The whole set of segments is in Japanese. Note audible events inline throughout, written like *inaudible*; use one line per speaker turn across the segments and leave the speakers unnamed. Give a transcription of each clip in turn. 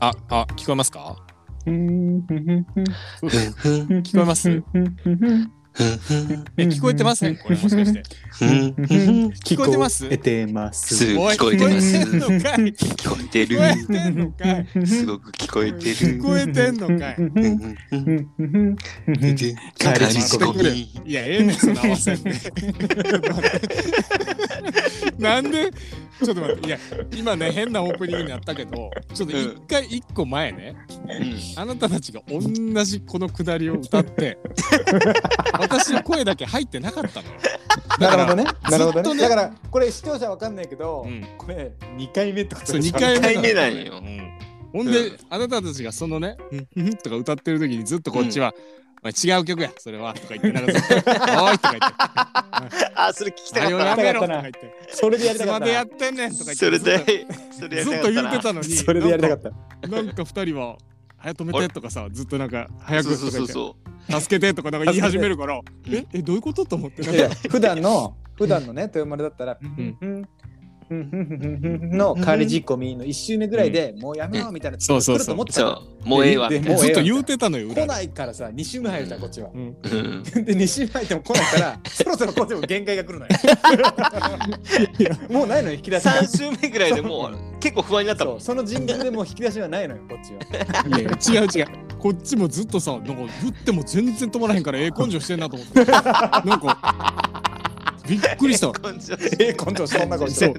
あ、あ、聞こえますか
聞
ふん
聞こえます
ふんふんふん
え、聞こえてますねこれもしかして。
ふんふん
聞こえてます
えてます。
す
おい
聞こえてます
聞こえてんのかい
聞こえて
聞こえてんの
る
かい
すごく聞こえてる
聞こえてんのかい
ふん
い。
ふんふん
カ
カ
ル
ル
チ
チ
コ
コ
ミ
ミ
いや、ええねん、その合わせんね。なんで、ちょっと待って、いや、今ね、変なオープニングになったけど、ちょっと一回、一個前ね、あなたたちが同じこのくだりを歌って、私の声だけ入ってなかったのよ。だ
*laughs* な
か
るほど
ら、
ね。なるほ
ずっと
ど
ね
ね。だから、これ視聴者わかんないけど
うん、
これ2回目ってこと
そう、
でし
2
ょ
回目な
二回
の
目なんよ
うんほんで、
うん
あなたたちがそのね、うんうんとか歌ってる時にずっとこっちは、お前違う曲や、それは、とか言って、なんかずっと、おいとか言って。
あそれ聞き
あ
た
れを
か
や
っ
めろとか言って。
*laughs* それでや
い
り
つ
たか
ま
っ
でやったてんねんとか言って
た。それ
ずっと
でそれや
ず
り
ったと
か
言
っ
って
た
た
な
のに
な。それでやりたかった。
なんか二人は早く止めてとかさずっとなんか早
そう
く
そ
と
う
か
そ
言
う
って
そ
助けてとかなんか言い始めるから
けて
ええどういうことと思ってないん
や
か
普段の、普段のね、豊丸だったら、
ん
のカルチコミの1周目ぐらいでもうやめようみたいな、
そうそうそう
来ると思っ
う
てた
そ
の
うもうええわみたい
もう
ず
ええ
っ
わ
と言うてたのよ裏
来
で
ないからさ、2周目入ったこっちは。
うん
なうん
で、2周目入っても来ない
*laughs*
から、そろそろこっちも限界が来るのよ。もうないのよ、引き出しが
三。週目ぐらいでもう結構不安になった
そ
も
うんその人格でもう引き出しはないのよ、こっちは。
いやいや違う違うこっちもずっとさなんか振っても全然止まらへんからええ根性してんなと思ってなんかびっくりした
根性
ええ、根性そんなことし
そ
て
う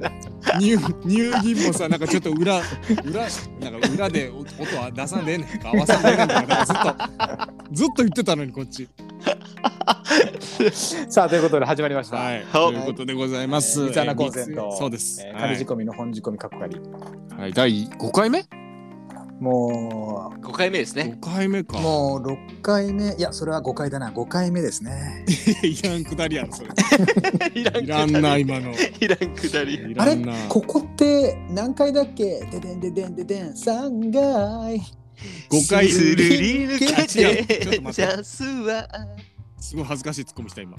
乳乳銀もさなんかちょっと裏裏なんか裏で音は出さんでええねんとか合わさんでええねんとかなんかずっとずっと言ってたのにこっち
さあ、ということで始まりました。
はい、
は
と
い
いうことでございます。
三つ穴コンセン
え
ト
ー。そうです。
えー
は
仮
い
仕込みの本仕込みかっこかり。
はい、第5回目
も
五回目ですね
?5 回目
う、
か。
もう6回目、いや、それは5回だな、5回目ですね。
いらんくだりやん、それ。
いら
いらんな、
い
今の。
いらんくだり
*laughs* いら
あれ
んな。
ここって何階だっけででんででんででん3階
5回、
スルリ抜け
ちょっと
て
待
チ
って
ャンスは
すごい恥ずかしいツッコミした、今。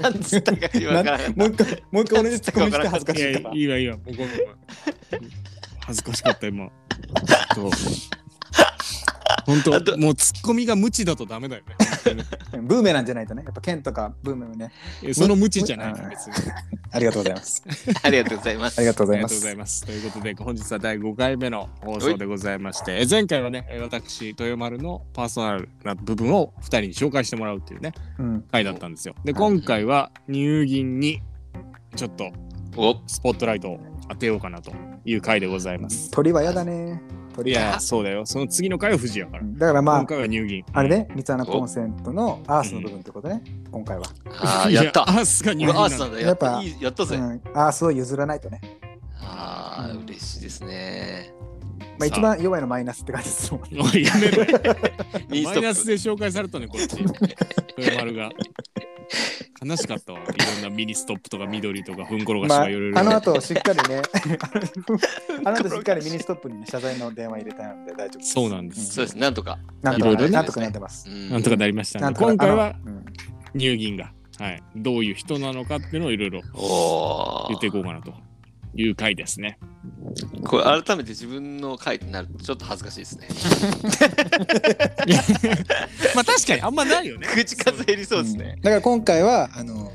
なんつったか今からん
もう一回もう一回俺でツッコミして恥ずか
い
し
や、
い
い
から
いわ、いいわ。ごめんごめん恥ずかしかった、今。本当
あ
本当
と
もうツッコミが無知だとダメだよね本当
*laughs*
にね。
ブーメランじゃないとねやっぱ剣とかブーメランね
えその無知じゃないから、別に。
ありがとうございます
ありがとうございます
ありがとうご
ありが
ざいま
とうござい
す
ます。ということで、本日は第5回目の放送でございまして、え前回はね、え私、豊丸のパーソナルな部分を2人に紹介してもらうっていうね、
うん
回だったんですよ。で、
はい
今回は乳銀にちょっと
お
スポットライトを当てようかなという回でございます。
鳥はやだね
い
鳥は
や、そうだよ。その次の回は藤井やから。
だからま
今
あ
回は乳銀。
あれね三つ穴コンセントのアースの部分ってことね今回は
あー
い
やった
アースが乳
う
銀な
わ
ん
あー
だ
さんだ
や
や
っ
っ
ぱ
ぱやった
う
ぜ
んアースを譲らないとね
ああ嬉しいですね
まあ一番弱いのマイナスって感じですもん
*laughs* おいやめろよ。
インス
*laughs* マ
ト
イナス
ッ
で紹介されたね、こっち。豊丸が。悲しかったわ。いろんなミニストップとか緑とかふんころがし
ま
と
あ
かいろいろ。
あの後しっかりねあの後しっかりミニストップに謝罪の電話入れたので大丈夫
そうなんで
プ
す
そうですなんとか
なん
いろい
と
ろ
か
ね
なんとかなってます
う。ん
なんとかなりました
な
ね。
んとか
今回は
あのうん
乳銀が、はい、どういう人なのかっていうのをいろいろ
お
言ってい
ー
こうかなという回です
*laughs*
ね。
これ改めて自分の回になるとちょっと恥ずかしいです
*laughs*
ね
まあ確かにあんまないよね。
口数減りそうですね
んだから今回はあの、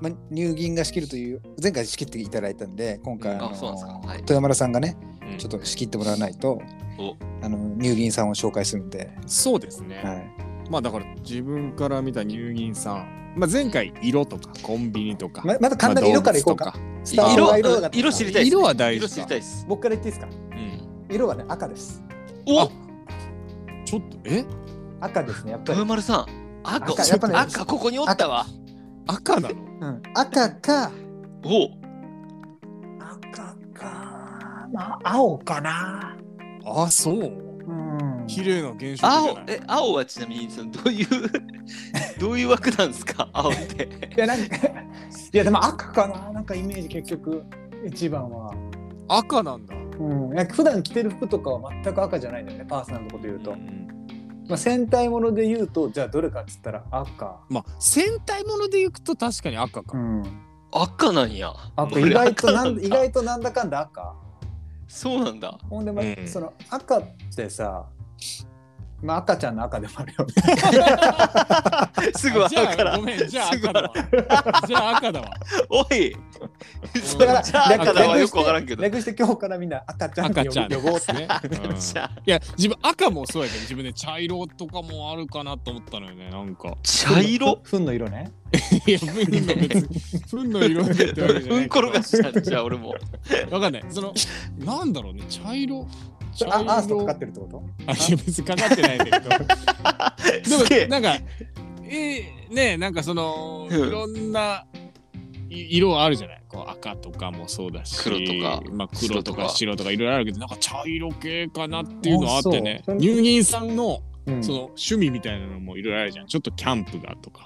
ま、入銀が仕切るという前回仕切っていただいたんで今回
う
あ
ん
の、
あそうなんですかはい
豊丸さんがね
うん
ちょっと仕切ってもらわないと
お
あの入銀さんを紹介するんで、
そうですね。
はい、
まあだから自分から見た乳銀さん、まあ、前回色とかコンビニとか、
ままず簡単に色からいこうか,、
まあ動物と
スタート
色
は色が
色知りたいですね
色は大事
色
か
知りたいです
僕から言っていいですか
うん
色はね赤です
お
ちょっとえ
赤ですねやっぱり
豊、丸さん赤
赤やっぱね
赤ここにおったわ
赤なの
うん、赤か
お
赤かまあ青かな
あそう
うん
綺麗な現象じゃ
青
ない
え青はちなみにそのどういう *laughs* どういう枠なんですか青って
*laughs*
いやなんか *laughs* いやでも赤かななんかイメージ結局一番は、
赤なんだ。
うん、なんか普段着てる服とかは全く赤じゃないんだよねパーソナルのこと言うと、
うん
まあ、戦隊もので言うとじゃあどれかっつったら赤、
まあ戦隊ものでいくと確かに赤か。
ん、
赤なんや
赤
俺
*laughs* 意外と
赤
な
なんんだ
意外となんだかんだ赤
そうなんだ。
ほんで、ま
うん
その赤ってさ、まあ赤ちゃんの赤でもあるよね。
すぐわ
じゃ
か
あ
ら
ご
ん。
めんじゃあ
すぐ
赤だわじゃあ赤だわ
おい。そ
だ
れ
から
じゃあ赤だわよくわからんけど。
略して今日からみん *laughs* な赤ちゃんって
赤
呼
ちゃん
ぶ
で
呼ぼう
すね、うん
じゃあ
いや自分赤もそうやけど自分ね茶色とかもあるかなと思ったのよねなん
*laughs*
か
茶色。
ふんの色ね。
いや糞の *laughs* 別に糞の色でってわけじゃな
う
い
んころがしたじゃあ俺も。
わかんないそのなんだろうね茶色
そ
茶
れ
色
あアースとかかってるっ
*laughs*
てこと
あいや別にかかってないん
*laughs*
だけど
すげ
で
え
も。なんか、えー、ねえなんかその、
うん
いろんない色あるじゃないこう赤とかもそうだし
黒とか
まあ、黒とか
白
白とかいろいろあるけどなんか茶色系かなっていうのはあってね
あそう
乳銀さんの
うん
その趣味みたいなのもいろいろあるじゃんちょっとキャンプがとか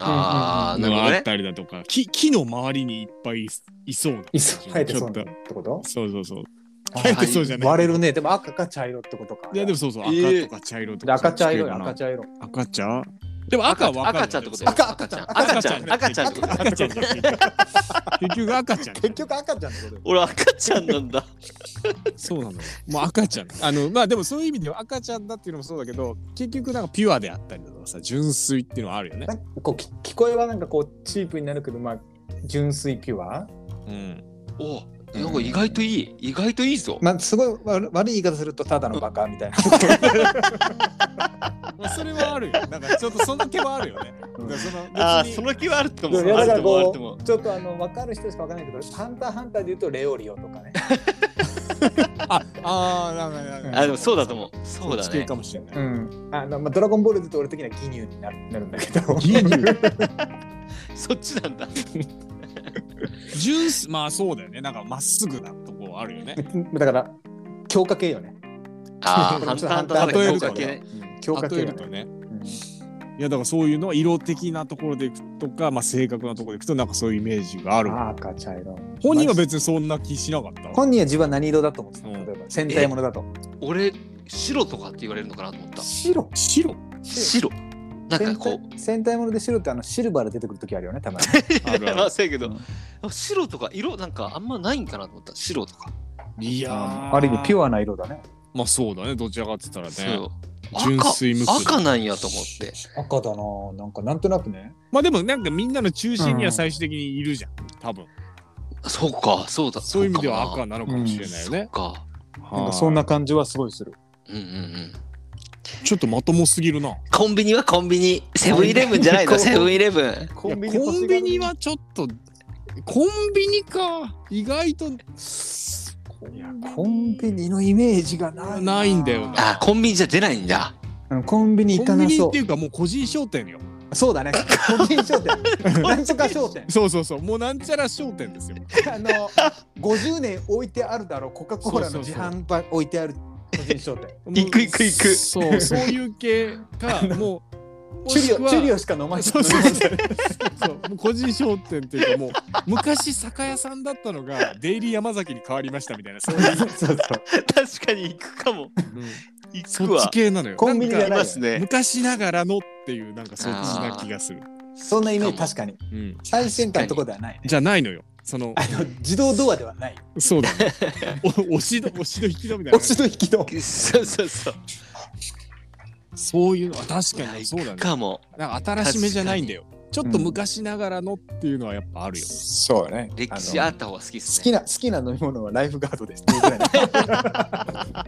ああ、なるほど
のあ
ね
っ。たりだとか、木木の周りにいっぱいいいそうない
っそ生えてそう
ち
な
ょ
っ
って
こと
とそうそうそう
あ
生えてそうじゃない、
割れるね。でも赤か茶色ってことか。
いやでもそうそう
えー
赤とか茶色と
で
か、
赤茶色や、
そっ
赤
ち系
茶色。
かな赤ちゃんでも赤は分かる
赤ちゃんってこと
赤赤ちゃん
赤ちゃん赤ちゃんってこと
赤ちゃん結局赤ちゃん
結局赤ちゃんってことよ。
俺赤ちゃんなんだ。
そうなのよもう赤ちゃんあのまあでもそういう意味では赤ちゃんだっていうのもそうだけど結局なんかピュアであったりだとかさ純粋っていうのはあるよね
なんかこうき聞こえはなんかこうチープになるけどまあ純粋ピュア
うん
おなんか意外といい。意外といいぞ。
まあすごい悪悪い言い方するとただのバカみたいな。
まあそれはあるよなんかちょっとその気はあるよねだからその別に
ああ、その気はあると思う。
いや
あ
だ
ると
から
思う。あると
こ
思う
うちょっとあの分かる人しか分かんないけど「ハンターハンター」で言うと「レオリオ」とかね。
ああーなんかなんか
あ、でもそうだと思う。そうだ
地球
ね
か。もしれない、
うん、あのまあドラゴンボールで言うと俺的にはギニューになるなるんだけど。
そっちなんだ。
純粋まあそうだよねなんかまっすぐなとこはあるよね
*laughs* だから強化系よね。
ああ、
ちょ
ハ
っ
ン
と
ターハンターだ
*laughs*
例える
けど
と
関係ない。
うん強化系
例え
よ
る
ね
とね
うん
いやだからそういうのは色的なところでいくとか、まあ、性格なところでいくとなんかそういうイメージがある
あー赤茶色。
本人は別にそんな気しなかった
本人は自分は何色だと思ってた
う
例
ん
えば戦隊ものだと。
俺、白とかって言われるのかなと思った。
白
白
白。なんか
戦
こ
隊
う。
戦隊もので白ってあのシルバーで出てくる時あるよねたまに。
あるある
まあ、そうやけど
うん。
あ白とか色なんかあんまないんかなと思った。白とか。
*laughs* いや
*laughs* ある意味ピ
ア
ュアな色だね。
まあそうだねどちらかって言ったらね
そう
純粋無垢
赤赤なんやと思って。
赤だなぁなんかなんとなくね。
まあでもなんかみんなの中心には最終的にいるじゃん多分
そうか、そうだ。
そういう意味では
そう
赤なのかもしれないよね、
かもな。か。
なん
はい
かそんな感じはすごいする。
うんうんうん。
ちょっとまともすぎるないや
コンビニはコンビニ。セブンイレブンじゃ
*laughs*
ないの、セブンイレブン。
コ
コンビニはちょっとコンビニか意外と
いやコンビニのイメージがないな
ないんだよな
あ、コンビニじゃ出ないんだ。
うんコンビニ行
コ
か
ンビ
な
ニっ
そ
ていうかもう個人商店よ
うそうだね個人商
*laughs*
店なんとか商店
そうそうそうもうなんちゃら商店ですよ
あの50年置いてあるだろうコカ・コーラの自販売置いてある個人商店
もう
行く行く行く
そうそういう系かもう
チュリ
*laughs* もし
オ
くは
チュリオしか飲まない
そうそうそうそうもう個人商店っていうかもう昔酒屋さんだったのがデイリー山崎に変わりましたみたいなそういう、
そうそう
確かに行くかも。行
*laughs* そ
く
っち
わ。
系なのよ
コンビニ
なんか
じゃ
い
ないよ
ますね。
昔ながらのっていうなんかそっちな気がする、
そんなイメージ確かに
うん、
最先端のとこではないね
じゃないのよその
あの自動ドアではない
そうだ *laughs* ねお押しの押しの引き戸みたいな
押しの引き戸
そうそうそう。
そういうのは確かにそうだ
行
ね
くかも。
なんか新しめじゃないんだよちょっと昔ながらのっていうのはやっぱあるよ、
そうね
歴史あった方が好きっす
好き
ね。
な好きな飲み物はライフガードですっていうぐ
*laughs*
らいの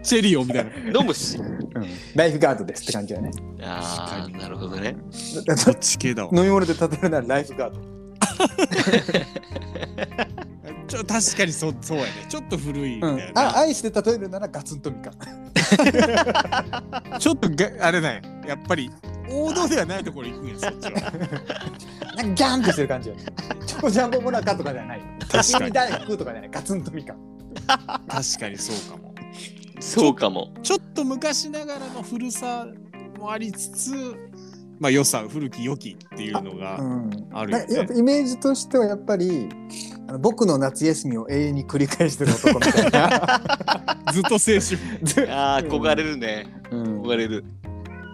チェリオみたいな
飲むし。
うんライフガードですって感じだね。 *laughs*
ああ、なるほどね。
だ
そっち系だわ
飲み物で例えるならライフガード。
ちょ確かにそそうやねちょっと古いみたいな、
あ、アイスで例えるならガツンとみかん。
ちょっとがあれないやっぱり王道ではないところ行くんやそっちは
なんかギャンとしてる感じよね。チョコジャンボモナカとかじゃない。
確か
に
に
大福とかじゃない。ガツンとみかん。
*laughs* 確かにそうかも
そうかも。
ちょっと昔ながらの古さもありつつまあ良さ古き良きっていうのが
うん。
あるよ
なんかやっ
ね
ぱイメージとしてはやっぱりあの僕の夏休みを永遠に繰り返してる男みたいな、
ずっと青春
ああ、焦がれるね。
うん
焦がれる。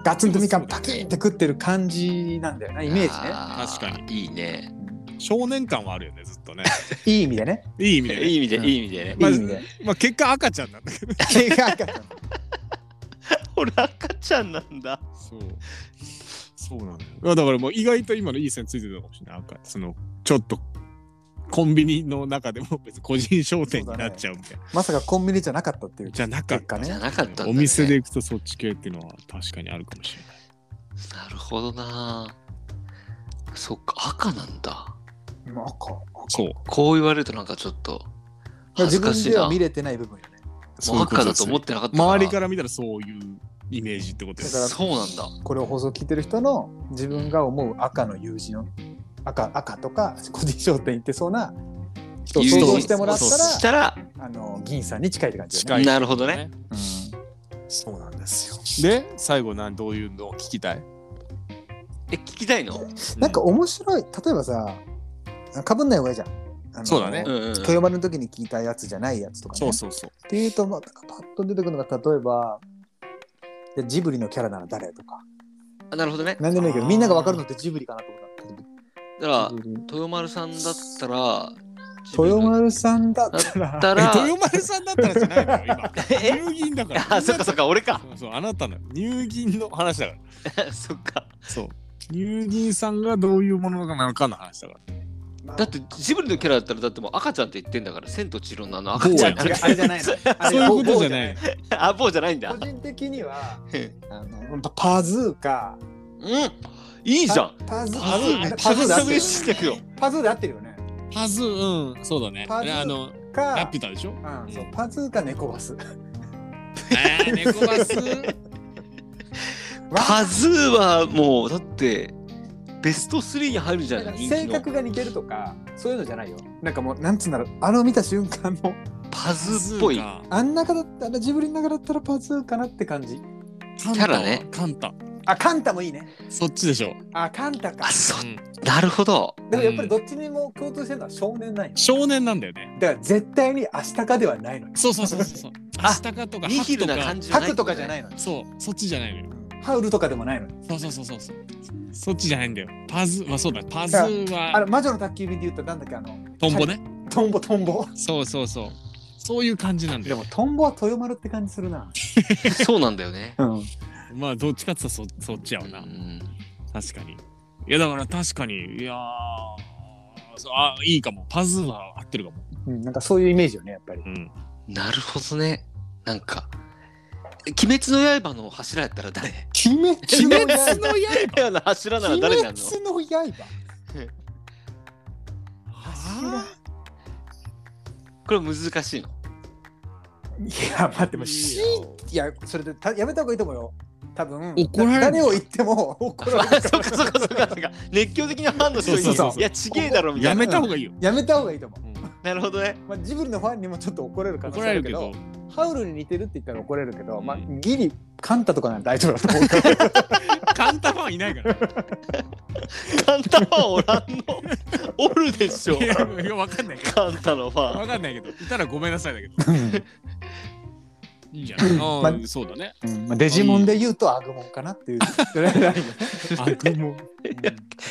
ガツンとみかんパキンって食ってる感じなんだよなイメージね
あー
確
いいね。
うん
少年感はあるよねずっとね
いい意味でね。
いい意味で、
いい意味で、
うん
いい意味でね。
ま
い
あ
い意味で。
まあ、結果赤ちゃんなんだけど
毛が赤ちゃん
俺赤ちゃんなんだ。
そうそうなんだよだからもう意外と今のいい線ついてたかもしれない赤そのちょっとコンビニの中でも別に個人商店になっちゃうみたいな、
まさかコンビニじゃなかったっていう
じゃなかっ
結
た
果
じゃ
ね。
なかったんだ、ね。
お店で。行くとそっち系っていうのは確かにあるかもしれない
なるほどな。そっか、赤なんだ。
うん赤。
そう
こう言われるとなんかちょっと恥
自
ずか
分
しい
で
な。
は
も
見
う
れてない部分よね。
そういうこと
赤だ
です
と思ってなかった。
周りからら見たらそういうイメージってことで
だ
す
か。ら
そうなんだ。
これを放送聞いてる人の自分が思う赤の友人を赤赤とか個人商店行ってそうな人を
友人
想像してもらっ
そうそう
したたら、
らあの銀さんに近いって感じだよ
近い
なるほどね。
ね。
そうなんですよ。で、最後なんどういうのを聞きたい
え、聞きたいの
うんなんか面白い例えばさかぶんない方がいいじゃん。あの
そうだね
うんうん。
豊丸の時に聞いたやつじゃないやつとかね。
そうそうそう。
っていうと、まあ、パッと出てくるのが例えばでジブリのキャラなら誰とか
あなるほどね。
何でもいいけど
あー
みんなが分かるのってジブリかなと思っ
だから
た。ジブリ
豊丸さんだったら
豊丸さんだったら
だった
え、
ら
豊丸さんだったらじゃないのよ、
*laughs* え
今。入銀だから。
あそっかそっか俺か
そ
*laughs*
うそう、あなたの入銀の話だから。
そっか
そう。入銀さんがどういうものなのかの話だから。
だってジブリのキャラだったらだってもう赤ちゃんって言ってんだから千と千尋のあの
坊
赤ち
や
ゃ
違
んな
う違
ん
う
だ
あれじゃないの。あ
そうい
れ
うことじゃない。
*laughs* あ坊じゃないんだ
個人的には
うん
あのパズーか
いいじゃん
パズー
パ
パ
ズ
ズ
ー
ー
パ
パ
ズ
ズ
ー
ー
で合っ
で合ってて
る
る
してくよ
パズーで合ってるよね。
パズー、うん、そうだね。
パ
あ
ズ
れ
ー
あの、ラ
か
ピュタでしょ
うんそうパズーか猫バス。
あー、猫バス。
パズーはもうだってベスト3に入るじゃない人
性
気の
格が似てるとかそういうのじゃないよなんかもうなんつうんだろうあの見た瞬間の
パズーっぽい
パズーか
あん中だったらジブリの中だったらパズーかなって感じ
カン
キ
タ
ャラね
は。カンタ。
あカンタもいいね
そっちでしょ。
あカンタか
あそ
うん
なるほど
でもやっぱりどっちにも共通してるのは少年なんよ
少年なんだよね。
だから絶対に明日かではないのよ
そうそうそうそうそう。
あ
アスタカとか
ニ
ハ
ヒ
ク
ル
と
な
か
感。じじゃ
ハ
ない
クとかじゃないのよ
そう、そっちじゃないのよ。
ハウルとかでもないのよ
そうそうそうそうそう。そっちじゃないんだよ。パズー、まあそうだ、パズー
あ
は
の魔女の宅急便で言ったらなんだっけあの
トンボね。
*laughs* トンボトンボ
そうそうそう。そういう感じなんだ
で
よ。
もトンボは豊丸って感じするな
そうなんだよね
うん
まあどっちかって言ったらそそっちやわな
う。ん
確かに。いやだから確かに、いやーそうあ、いいかも。パズーは合ってるかも。
うんなんかそういうイメージよねやっぱり
うん。
なるほどねなんか「鬼滅の刃」の柱やったら誰
*laughs* 鬼滅
鬼滅の
の
刃
いやな柱なら誰なの
鬼滅の刃
は
これ難しいの。
いや待ってもう
い
し
や
いやそれでたやめた方がいいと思うよ多分
怒られる
だ誰を言っても怒られ
あ
る
そ
か
っ
ら
かそっかそっかそっか熱狂的なファンの人に
そう
そう
そう
いやちげえだろ
ぁ
みた
や
いな
めた方がいいよ。
やめた方がいいと思う、
なるほどね
まあ、ジブリのファンにもちょっと怒れるか
怒られるけど、
ハウルに似てるって言ったら怒れるけど、まあ
う
ギリカンタとかなら大丈夫だと思う
*laughs*
から
カンタファンいないから。
カンタファンおらんのおるでしょ
いやいや、わかんないけど。
カンタのファ
わ
ン
かんないけど、いたらごめんなさいだけど。いいんじゃ
うん
ないあ
ま
あ、そうだね。
うんまあ、デジモンで言うとアグモンかなっ
*laughs*
ていうそれぐらいよね
悪夢。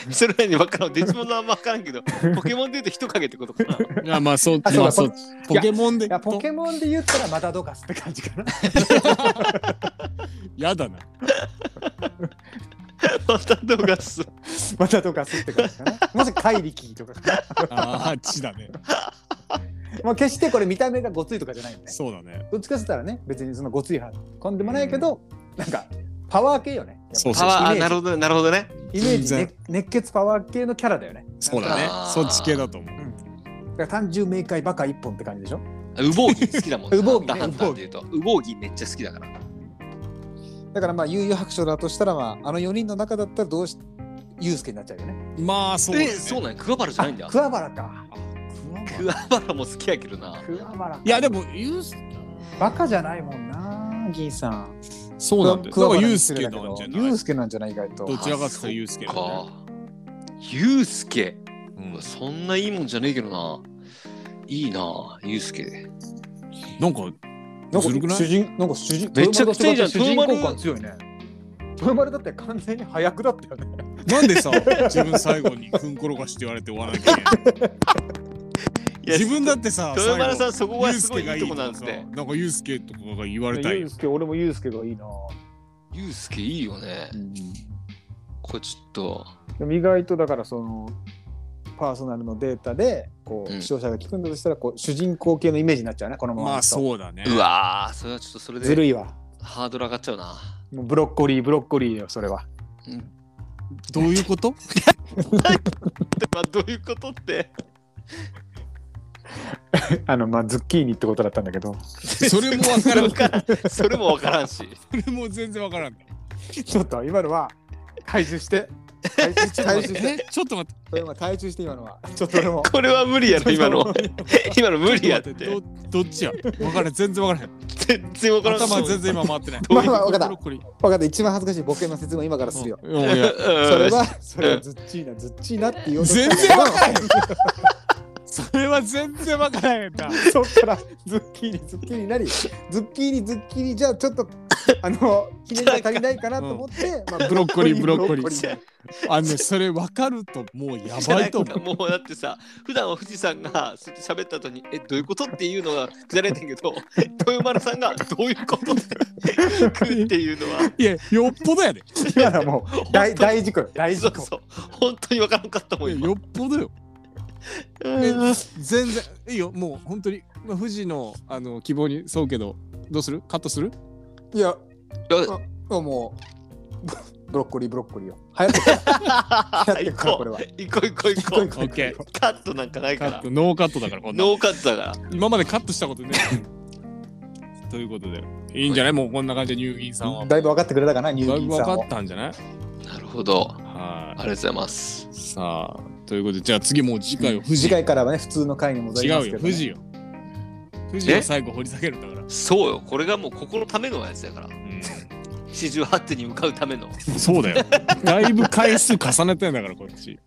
それなりに分からんデジモンのあんま分からんけどポケモンで言うと人影ってことかない
やまあそう
あそう
まあ
だ
そうポケモンで
いやポケモンで言ったらまたドガスって感じかな *laughs*
やだな
また動画す
またドガスって感じかなもし怪力とかかな、
ああちだね
まあ、決してこれ見た目がごついとかじゃないよね
そうだね
どっちかって言ったらね、別にそのごつい派、こんでもないけど、なんか、パワー系よね。
そう
パ
そう
ワーあ
イメージ
なるほどねなるほどね
イメージ、
全
ね、熱血パワー系のキャラだよね。
そうだね
あー
そっち系だと思う
だから単純明快バカ一本って感じでしょ
ウボウギ好きだもんね
ウボウギね
ハンターハンターっていうとウボウギめっちゃ好きだから
だからまあ、悠々白書だとしたら、まあ、あの4人の中だったらどうし、ユウスケになっちゃうよね。
まあそうで
え
す
そう
ね
なんや桑原じゃ
あ
ないんだ
桑原か。
桑原も好きやけどな
桑原か。
いやでもユース
バカじゃないもんな、銀さん。
そうなんだよだ
桑
から
原
ユー
に
ス
失
ケ
礼だ
なんじゃ
ユ
な
ウ
い
スケなんじゃない、意外と
ど。っちらかっていうとユースケだよ
かユうスケ
うん
そんないいもんじゃねえけどな。いいな、ユうスケ。
なんか
なん
ずるく
か
ない
主人、なんか主人、
めちゃくちゃいいじゃん
豊
豊
丸と違って主人
丸
公感強いね。豊丸だって完全に早くだったよね。
なんでさ、自分最後にふんころがしって言われて終わらなきゃいけない
*laughs* いや
自分だってさ、
豊丸さんそこは
ユー
す
ス
ご
ケ
いいいとこなんですね。
なんかユースケとかが言われたい
ユー。スケ俺もユースケがいいな、
ゆうすけいいよね
う。ん、で
これちょっと。
も意外とだからそのパーソナルのデータでこう、
うん
視聴者が聞くんだとしたらこう主人公系のイメージになっちゃうねこのまま
まあ
だと
そうだね。
うわー、それはちょっとそれ
ず
で
るいわ
ハードル上がっちゃうな。
もうブロッコリーブロッコリーよそれは
うん。
どういうこと *laughs*
まあどういうことって。
*laughs* あのまあズッキーニってことだったんだけど
それもわからん。
わからん。それもわからんし。
それ *laughs* も全然わからん。
*laughs* ちょっと今のは回収 *laughs* して回収して回収して
え、ちょっと待って。
*laughs* それは回収して今のはちょっと俺も
これは無理やろ、今の。今の無理やって。
ちょっと待ってどどっちやわからん。全然わからん。
全然わからん。
頭全然今回ってない。
まあまあわかった
ブロッコリー
分かった一番恥ずかしいボケの説明を今からするよ、
うんいや
そ
そ
れはそれはズッチーナズッチーナって言おうとしたんだ
全
け
然
ど
わそれは全然わからへんな。
そっからズッキーニズッキーニなりズッキーニズッキーニじゃあちょっとあのひねりが足りないかなと思って、まあ、
ブロッコリーブロッコリー
ブー
あのね、それわかるともうやばいと *laughs* 思う。
もうだってさ普段は富士山がそうやって喋った後に「えどういうこと?」っていうのがくだられてんけど豊丸さんが「どういうこと?」って聞くっていうのはい
や、よっぽどやで。
今のはもう大大事故よ大
そ
事
う
故
そう本当に分からんかったもん
い
今
やよっぽどよ。ね全然いいよもう本当にまあ富士のあの希望に沿うけどどうするカットする
いや
よ
もうブロッコリーブロッコリーよ流行ってるから流行ってる
行
から
こ
これ
う
は
行こう行こう行こう
オッケ
カットなんかない
ーカ
か
ッ
ら
トノーカットだからこんな
ノーカットだか
今までカットしたことねえ *laughs* ということでいいんじゃないもうこんな感じで入銀さんは
だいぶ分かってくれたかなニュ
だ
ー
い
ギ
ぶ分
ンさん
か
を
ったんじゃない
らなるほど
は
ありがとうございます
いさあということでじゃあ次もう次回は富士
次回からはね普通の回に戻
違
りま
う
すけ
よ
ど、
富
ね、
士よ富士を最後掘り下げるんだから、う
そうよこれがもうここのためのやつだから
ん、
四十八手に向かうための
そう
*laughs*
だよだいぶ回数重ねてんだからこっちい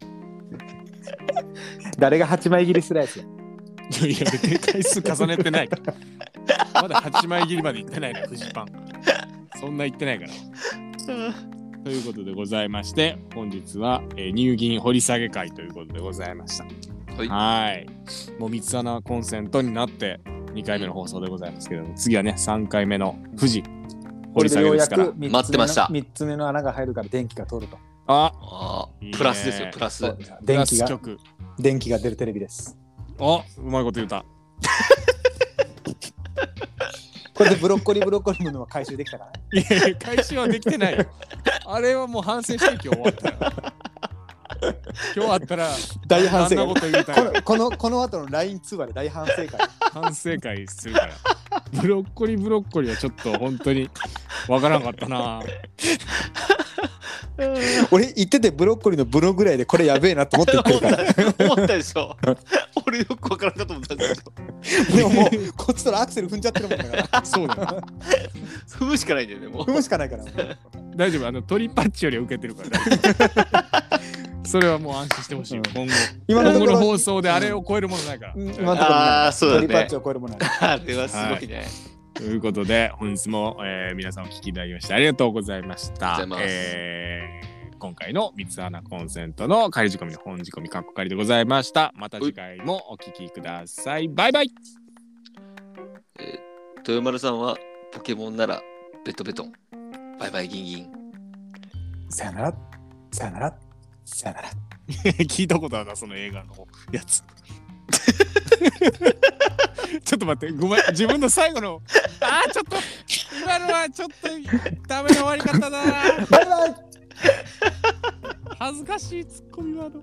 誰が8枚切りスライスや
やいや別に回数重ねてないからまだ8枚切りまでいってないから富士パンそんな言ってないからということでございまして本日は、えー入銀掘り下げ会ということでございました
はい
はいもう三つ穴コンセントになって2回目の放送でございますけども次はね3回目の富士掘り下げですか
こ
ら
れでようやく三つ目の
待ってました
3つ目の穴が入るから電気が通ると
あ
あー
いいね
プラスですよプラス
そう電気
プラ
が
ス曲
電気が出るテレビです
あうまいこと言うた
これでブロッコリーブロッコリーのは回収できたからね
いやいや回収はできてないよあれはもう反省して今日終わったよ今日あったら
大反省
あんなこ
会
と言うた
こ
ら
のこのこの後の LINE 通話で大反省会
反省会するからブロッコリーブロッコリーはちょっと本当にわからんかったな
俺言っててブロッコリーのブロぐらいでこれやべえなと思って言って
思
る
っ
から
た思ったでしょ俺よくわからんかと思ったんだけど
でももうこっちとらアクセル踏んじゃってるもんだから
そうだよ
踏むしかないんだよねもう
踏むしかないからもう
大丈夫あのトリパッチよりは受けてるから大丈夫それはもう安心してほしいよ今後
今の
今
とこ
後の
ろ
放送であれを超えるものないから、
うん今のところ
ああーそうだ
トリパッ
ね
チを超えるもんない
あれはすごいね、
ということで本日も、えー皆さんお聞きいただきましてありがとうございました
ありがとうございます
えー今回の三つ穴コンセントの仮仕込みの本仕込みかっこ仮でございましたまた次回もお聞きくださいバイバイ *laughs*
豊丸さんはポケモンならベトベトンバイバイギンギン
さよならさよならさよなら
聞いたことあるなその映画のやつ *laughs* ちょっと待ってごめん自分の最後のあーちょっと今のはちょっとダメな終わり方だな
バイバイ
恥ずかしいツッコミワード